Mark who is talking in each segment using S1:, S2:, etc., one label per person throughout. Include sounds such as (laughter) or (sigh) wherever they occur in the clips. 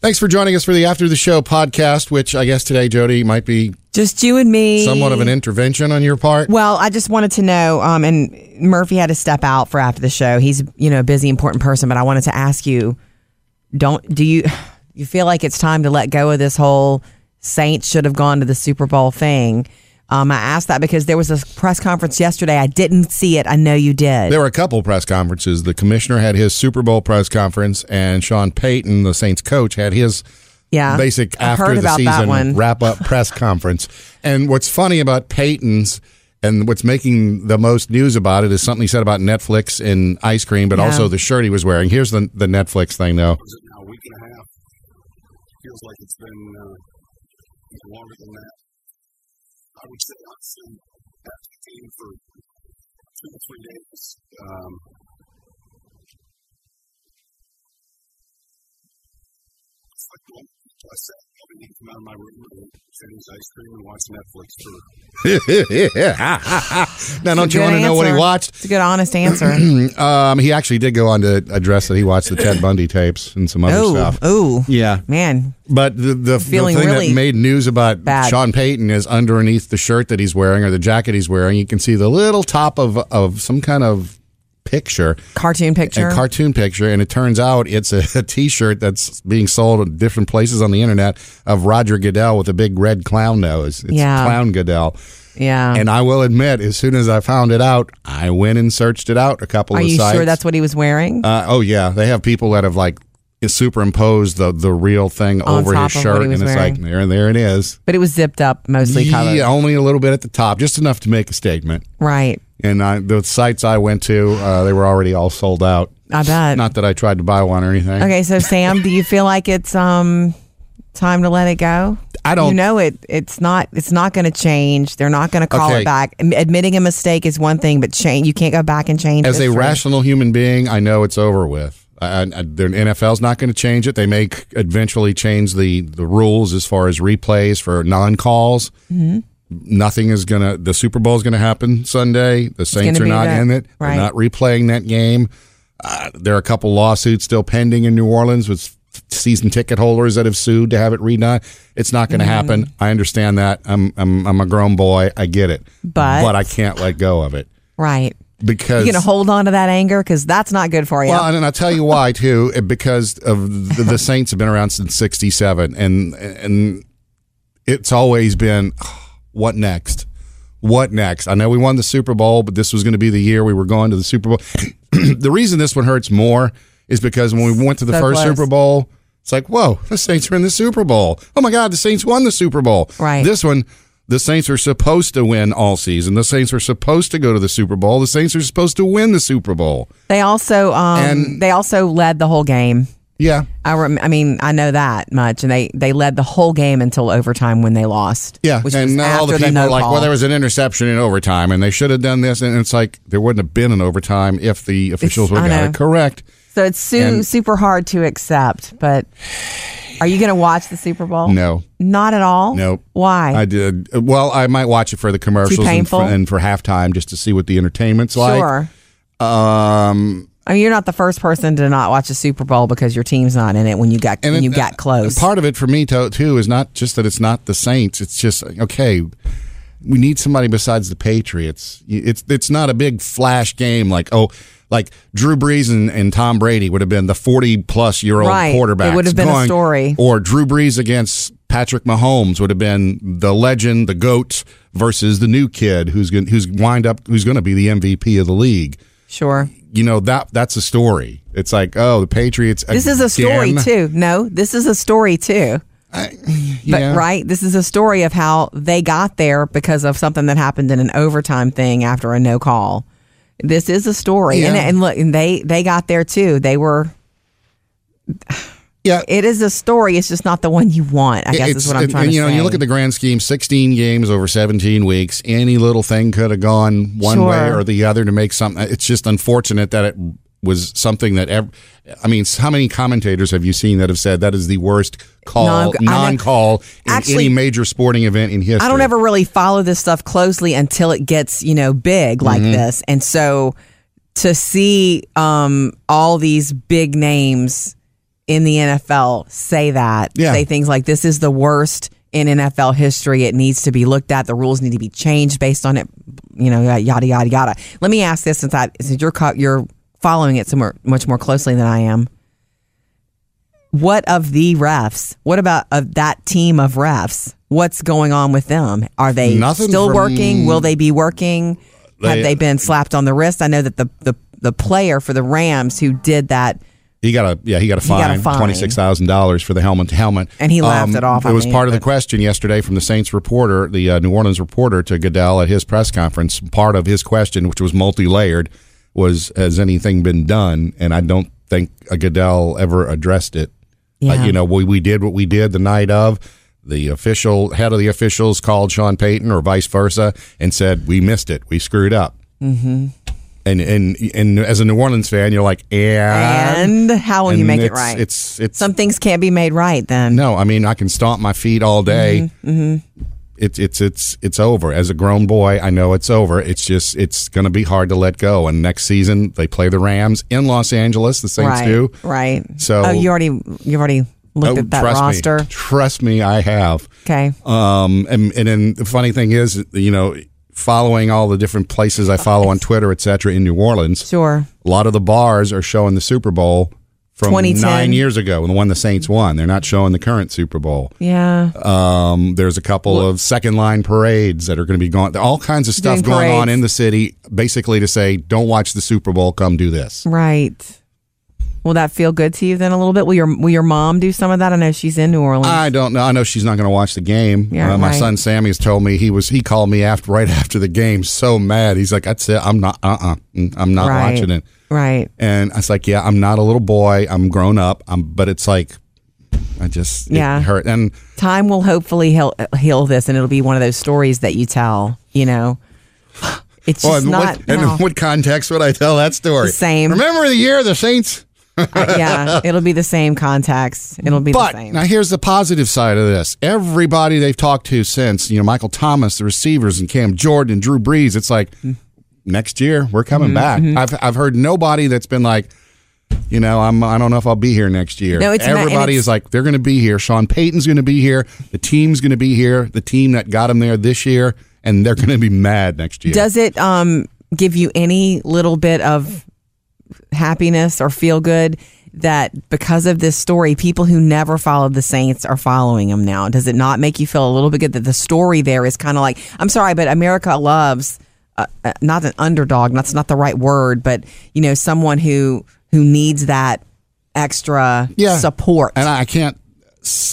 S1: Thanks for joining us for the After the Show podcast, which I guess today, Jody, might be
S2: Just you and me.
S1: somewhat of an intervention on your part.
S2: Eh. Well, I just wanted to know, um, and Murphy had to step out for after the show. He's you know a busy, important person, but I wanted to ask you, don't do you (sighs) you feel like it's time to let go of this whole Saints should have gone to the Super Bowl thing? Um, I asked that because there was a press conference yesterday. I didn't see it. I know you did.
S1: There were a couple press conferences. The commissioner had his Super Bowl press conference, and Sean Payton, the Saints coach, had his
S2: yeah,
S1: basic
S2: I
S1: after
S2: Ah, heard
S1: the
S2: about that
S1: season
S2: one.
S1: wrap
S2: (laughs)
S1: up press conference. And what's funny about Peyton's and what's making the most news about it is something he said about Netflix and ice cream, but
S2: Yeah.
S1: also the shirt he was wearing. Here's the the Netflix thing though.
S3: was
S1: (laughs)
S3: it now, a week and a half? Feels like it's been uh, even longer than that. I would say, honestly, after the game for two or three days, um, it's like, well, I said, I didn't come out of my room and finish ice cream and watch Netflix for
S1: now, don't you want to know what he watched?
S2: It's a Ah. good,
S1: (clears throat)
S2: honest answer. (clears throat)
S1: um, he actually did go on to address that he watched the Ted Bundy tapes and some other
S2: oh,
S1: stuff.
S2: oh,
S1: Yeah,
S2: man,
S1: But the the, the thing
S2: Feeling
S1: that
S2: really
S1: made news about
S2: bad.
S1: Sean Payton is underneath the shirt that he's wearing or the jacket he's wearing, you can see the little top of of some kind of picture,
S2: cartoon picture.
S1: a cartoon picture, and it turns out it's a, (laughs) a T-shirt that's being sold at different places on the internet of Roger Goodell with a big red clown nose. It's
S2: Yeah.
S1: clown Goodell.
S2: yeah.
S1: And I will admit, as soon as I found it out, I went and searched it out a couple
S2: Are
S1: of
S2: you
S1: sites.
S2: sure that's what he was wearing?
S1: Uh, oh yeah, they have people that have like superimposed the the real thing
S2: On
S1: over his
S2: top of what
S1: shirt,
S2: he
S1: and
S2: was
S1: it's like there,
S2: wearing.
S1: there it is.
S2: but it was zipped up, mostly covered.
S1: Yeah, only a little bit at the top, just enough to make a statement.
S2: Right.
S1: And I, the sites I went to, uh, they were already all sold out.
S2: I bet.
S1: Not that I tried to buy one or anything.
S2: Uh, okay, so Sam, do you feel like it's um time to let it go?
S1: I don't-
S2: You know it. It's not. It's not going to change. They're not going to call
S1: Okay.
S2: it back. Am- Admitting a mistake is one thing, but change. You can't go back and change.
S1: As a
S2: history.
S1: rational human being, I know it's over with. I, I, the NFL's not going to change it. They may c- eventually change the, the rules as far as replays for non calls.
S2: Mm-hmm.
S1: Nothing is going to, the Super Bowl is going to happen Sunday. The Saints are
S2: gonna be
S1: not
S2: that-
S1: in it. They're
S2: right.
S1: not replaying that game. Uh, there are a couple lawsuits still pending in New Orleans with f- season ticket holders that have sued to have it redone. It's not going
S2: Mm-hmm.
S1: to happen. I understand that. I'm, I'm, I'm a grown boy. I get it.
S2: But-
S1: I can't let go of it
S2: right.
S1: because.
S2: You're going to hold on to that anger because that's not good for you.
S1: Well, and I'll tell you why too, eh, because of the, the Saints have been around since '67, and and it's always been (sighs) what next, what next. I know we won the Super Bowl, but this was going to be the year we were going to the Super Bowl. (clears throat) the reason this one hurts more is because when we went to the
S2: So
S1: first
S2: close.
S1: Super Bowl, it's like, whoa, the Saints are in the Super Bowl. Oh my God, the Saints won the Super Bowl.
S2: Right.
S1: This one. The Saints are supposed to win all season. The Saints are supposed to go to the Super Bowl. The Saints are supposed to win the Super Bowl.
S2: they also um
S1: and-
S2: they also led the whole game.
S1: Yeah.
S2: I, rem- I mean, I know that much, and they, they led the whole game until overtime when they lost.
S1: Yeah,
S2: which
S1: and
S2: was
S1: now all the
S2: after
S1: people
S2: no
S1: are like,
S2: call.
S1: well, there was an interception in overtime, and they should have done this, and it's like there wouldn't have been an overtime if the officials would have
S2: I
S1: got
S2: know.
S1: it correct.
S2: So it's su-
S1: And-
S2: super hard to accept, but are you going to watch the Super Bowl?
S1: No,
S2: Not at all?
S1: Nope.
S2: Why?
S1: I did. Well, I might watch it for the commercials and
S2: painful?
S1: for, and for halftime just to see what the entertainment's like.
S2: sure.
S1: Um,
S2: I mean, you're not the first person to not watch a Super Bowl because your team's not in it when you got
S1: and
S2: when
S1: it- uh,
S2: you got
S1: and
S2: close.
S1: part of it for me to, too is not just that it's not the Saints. It's just okay. We need somebody besides the Patriots. Y- It's it's not a big flash game like oh like Drew Brees and, and Tom Brady would have been the forty plus year old
S2: Right.
S1: quarterbacks.
S2: It would have been a story.
S1: Or Drew Brees against Patrick Mahomes would have been the legend, the goat versus the new kid who's going who's wind up who's going to be the MVP of the league.
S2: sure.
S1: You know that that's a story. It's like oh the Patriots.
S2: This is a story too. No, this is a story too. But right, this is a story of how they got there because of something that happened in an overtime thing after a no call. This is a story, and,
S1: Yeah.
S2: and look, and they they got there too. They were
S1: Yeah,
S2: it is a story. It's just not the one you want. I guess
S1: It's-
S2: is what I'm
S1: and-
S2: trying
S1: and,
S2: to
S1: you know,
S2: say.
S1: you look at the grand scheme, 16 games over 17 weeks. Any little thing could have gone one way
S2: Sure.
S1: or the other to make something. It's just unfortunate that it was something that ev- I mean, how many commentators have you seen that have said that is the worst call,
S2: Non- I know.
S1: non call in
S2: Actually,
S1: any major sporting event in history?
S2: I don't ever really follow this stuff closely until it gets you know big like
S1: Mm-hmm.
S2: this, and so to see um, all these big names in the NFL say that,
S1: Yeah.
S2: say things like this is the worst in NFL history. It needs to be looked at. The rules need to be changed based on it. You know, yada, yada yada yada. Let me ask this since I since you're co- you're following it somewhere much more closely than I am. What of the refs? What about of that team of refs? What's going on with them? Are they
S1: Nothing
S2: still
S1: from-
S2: working? Will they be working?
S1: They- uh,
S2: Have they been slapped on the wrist? I know that the, the the player for the Rams who did that
S1: He got a yeah. He got a
S2: got a
S1: fine,
S2: fine.
S1: twenty six thousand dollars for the helmet to helmet,
S2: And he laughed it off,
S1: It
S2: I
S1: was
S2: mean,
S1: part of the
S2: but-
S1: question yesterday from the Saints reporter, the uh, New Orleans reporter, to Goodell at his press conference. Part of his question, which was multi layered, was has anything been done? And I don't think uh, Goodell ever addressed it. Uh,
S2: Yeah.
S1: you know, we we did what we did the night of. The official head of the officials called Sean Payton, or vice versa, and said we missed it, we screwed up. Mm-hmm. And and and as a New Orleans fan, you're like, and
S2: And how will
S1: Uh,
S2: you
S1: and
S2: make it
S1: it's-
S2: right?
S1: It's it's
S2: Some things can't be made right then.
S1: no. I mean, I can stomp my feet all day.
S2: Mm-hmm,
S1: It's it's it's it's over. As a grown boy, I know it's over. It's just it's going to be hard to let go. And next season they play the Rams in Los Angeles. The Saints
S2: right.
S1: do.
S2: Right.
S1: So-
S2: Oh, you already you've already looked
S1: Oh,
S2: at that
S1: trust
S2: roster.
S1: me, trust me, I have.
S2: Okay.
S1: Um, and and then the funny thing is, you know, following all the different places I follow on Twitter, et cetera, in New Orleans,
S2: Sure.
S1: a lot of the bars are showing the Super Bowl from
S2: 2010.
S1: nine years ago, the one the Saints won. They're not showing the current Super Bowl.
S2: Yeah.
S1: Um, there's a couple of second line parades that are going to be going. All kinds of stuff
S2: Doing
S1: going on
S2: parades.
S1: in the city, basically to say, don't watch the Super Bowl, come do this.
S2: right. Will that feel good to you then a little bit? Will your will your mom do some of that? I know she's in New Orleans.
S1: I don't know. I know she's not going to watch the game.
S2: Yeah,
S1: uh, my
S2: right.
S1: son Sammy has told me he was. He called me after right (laughs) after the game, so mad. He's like, "That's it. I'm not. Uh. uh mm, I'm not
S2: Right.
S1: watching it."
S2: right.
S1: And I was like, "Yeah, I'm not a little boy. I'm grown up. I'm." But it's like, I just it
S2: Yeah.
S1: hurt. And
S2: Time will hopefully heal, heal this, and it'll be one of those stories that you tell. You know, it's
S1: Well,
S2: just
S1: and what,
S2: not.
S1: (laughs) and
S2: no.
S1: what context would I tell that story?
S2: The same.
S1: Remember the year the Saints?
S2: I- yeah, it'll be the same context. It'll be
S1: But
S2: the same.
S1: now here's the positive side of this. Everybody they've talked to since, you know, Michael Thomas, the receivers, and Cam Jordan, and Drew Brees, it's like
S2: Mm-hmm.
S1: next year we're coming back. I've I've heard nobody that's been like, you know, I'm I don't know if I'll be here next year.
S2: No, it's not, and
S1: Everybody
S2: it's-
S1: is like they're going to be here. Sean Payton's going to be here. The team's going to be here. The team that got him there this year, and they're going to be mad next year.
S2: Does it um, give you any little bit of happiness or feel good that because of this story, people who never followed the Saints are following them now? Does it not make you feel a little bit good that the story there is kind of like, I'm sorry, but America loves uh, uh, not an underdog, that's not the right word, but you know, someone who who needs that extra
S1: Yeah.
S2: support.
S1: and I can't.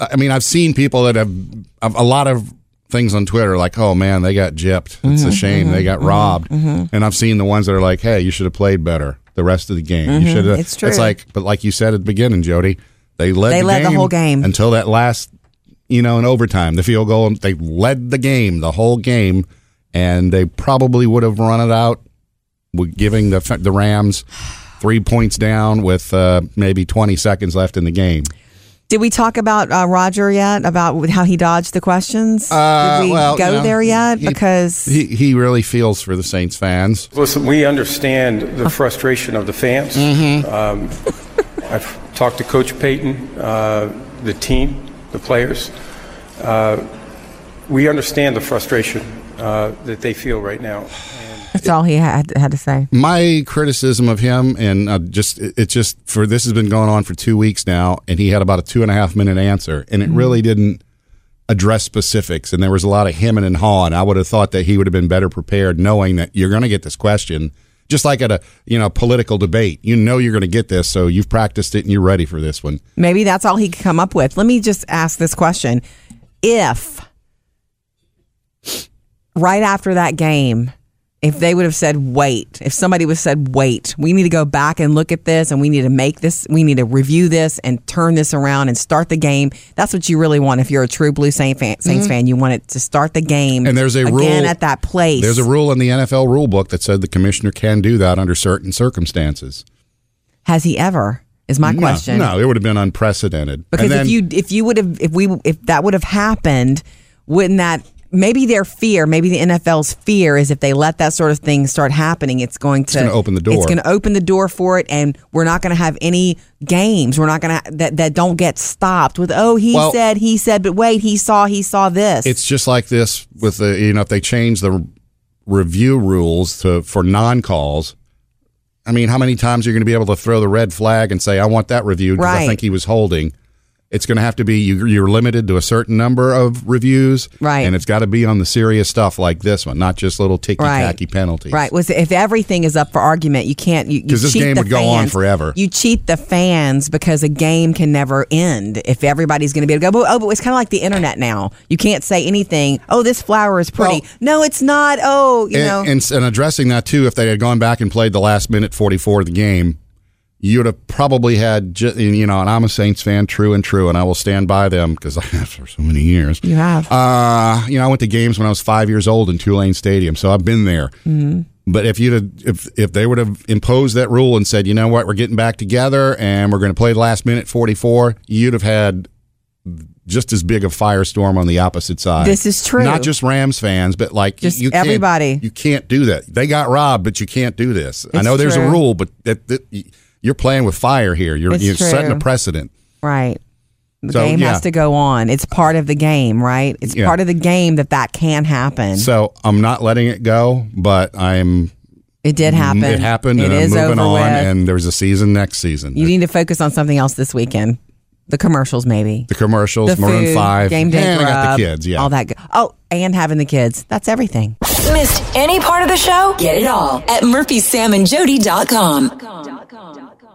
S1: I mean, I've seen people that have, have a lot of things on Twitter like, "Oh man, they got gypped. It's
S2: Mm-hmm,
S1: a shame they got robbed." And I've seen the ones that are like, "Hey, you should have played better the rest of the game. You should have."
S2: Mm-hmm, It's true.
S1: It's like, but like you said at the beginning, Jody, they led.
S2: They
S1: the
S2: led the whole game.
S1: until that last, you know, in overtime, the field goal. They led the game the whole game, and they probably would have run it out, with giving the the Rams. Three points down with uh, maybe 20 seconds left in the game.
S2: Did we talk about uh, Roger yet? About how he dodged the questions?
S1: Uh,
S2: Did we
S1: well,
S2: go
S1: you know,
S2: there yet?
S1: he-
S2: because
S1: He he really feels for the Saints fans.
S4: Listen, we understand the frustration of the fans. Um, I've talked to Coach Payton, uh, the team, the players. Uh, we understand the frustration uh, that they feel right now.
S2: That's all he had, had to say.
S1: My criticism of him, and uh, just it- it's just for this has been going on for two weeks now, and he had about a two and a half minute answer, and it
S2: Mm-hmm.
S1: really didn't address specifics, and there was a lot of hemming and hawing. I would have thought that he would have been better prepared, knowing that you're going to get this question, just like at a you know political debate. You know you're going to get this, so you've practiced it and you're ready for this one.
S2: Maybe that's all he could come up with. Let me just ask this question. If right after that game, if they would have said, wait, if somebody would have said, wait, we need to go back and look at this and we need to make this, we need to review this and turn this around and start the game. That's what you really want. If you're a true Blue Saint fan, Saints fan, you want it to start the game
S1: And there's a
S2: again
S1: rule-
S2: at that place.
S1: There's a rule in the NFL rule book that said the commissioner can do that under certain circumstances.
S2: Has he ever? Is my
S1: No,
S2: question.
S1: No, it would have been unprecedented.
S2: Because
S1: And then-
S2: if you if you would have if we if that would have happened, wouldn't that maybe their fear, maybe the NFL's fear is if they let that sort of thing start happening, it's going to
S1: gonna open the door.
S2: It's going to open the door for it, and we're not going to have any games. We're not going to that that don't get stopped with oh he
S1: Well-
S2: said he said, but wait he saw he saw this.
S1: It's just like this with the you know if they change the review rules to for non calls. I mean, how many times are you going to be able to throw the red flag and say, "I want that reviewed" because I
S2: Right.
S1: think he was holding? It's going to have to be you, you're limited to a certain number of reviews,
S2: Right.
S1: And it's got to be on the serious stuff like this one, not just little ticky
S2: Right.
S1: tacky penalties,
S2: Right. Was if everything is up for argument, you can't. You
S1: 'Cause
S2: you
S1: this
S2: cheat
S1: game
S2: the
S1: would go on
S2: fans.
S1: forever.
S2: You cheat the fans because a game can never end. If everybody's going to be able to go, but, oh, but it's kind of like the internet now. You can't say anything. Oh, this flower is pretty.
S1: Well-
S2: no, it's not. Oh, you know.
S1: and, and, and addressing that too, if they had gone back and played the last minute 44 of the game, you'd have probably had, ju- and, you know, and I'm a Saints fan, true and true, and I will stand by them (laughs) because I have for so many years.
S2: you have.
S1: Uh, you know, I went to games when I was five years old in Tulane Stadium, so I've been there.
S2: Mm-hmm.
S1: But if you'd have, if if they would have imposed that rule and said, you know what, we're getting back together and we're going to play the last minute 44, you'd have had just as big a firestorm on the opposite side.
S2: This is true.
S1: Not just Rams fans, but like
S2: Just
S1: you can't-
S2: everybody.
S1: You can't do that. They got robbed, but you can't do this. I
S2: It's
S1: know there's a
S2: true.
S1: rule, but that, that, you're playing with fire here. You're,
S2: It's
S1: you're
S2: true.
S1: setting a precedent.
S2: right. The
S1: So,
S2: game
S1: yeah.
S2: has to go on. It's part of the game, right? It's
S1: Yeah.
S2: part of the game that that can happen.
S1: So I'm not letting it go, but I'm
S2: it did happen.
S1: It happened,
S2: It
S1: and
S2: is
S1: I'm moving
S2: over
S1: on.
S2: with.
S1: And there's a season next season.
S2: you need to focus on something else this weekend. The commercials, maybe.
S1: the commercials,
S2: the
S1: Maroon
S2: food,
S1: Five,
S2: game day
S1: and I got
S2: grub,
S1: the kids. Yeah,
S2: all that. Go- oh, and having the kids. That's everything.
S5: Missed any part of the show? Get it all at murphysamandjody.com.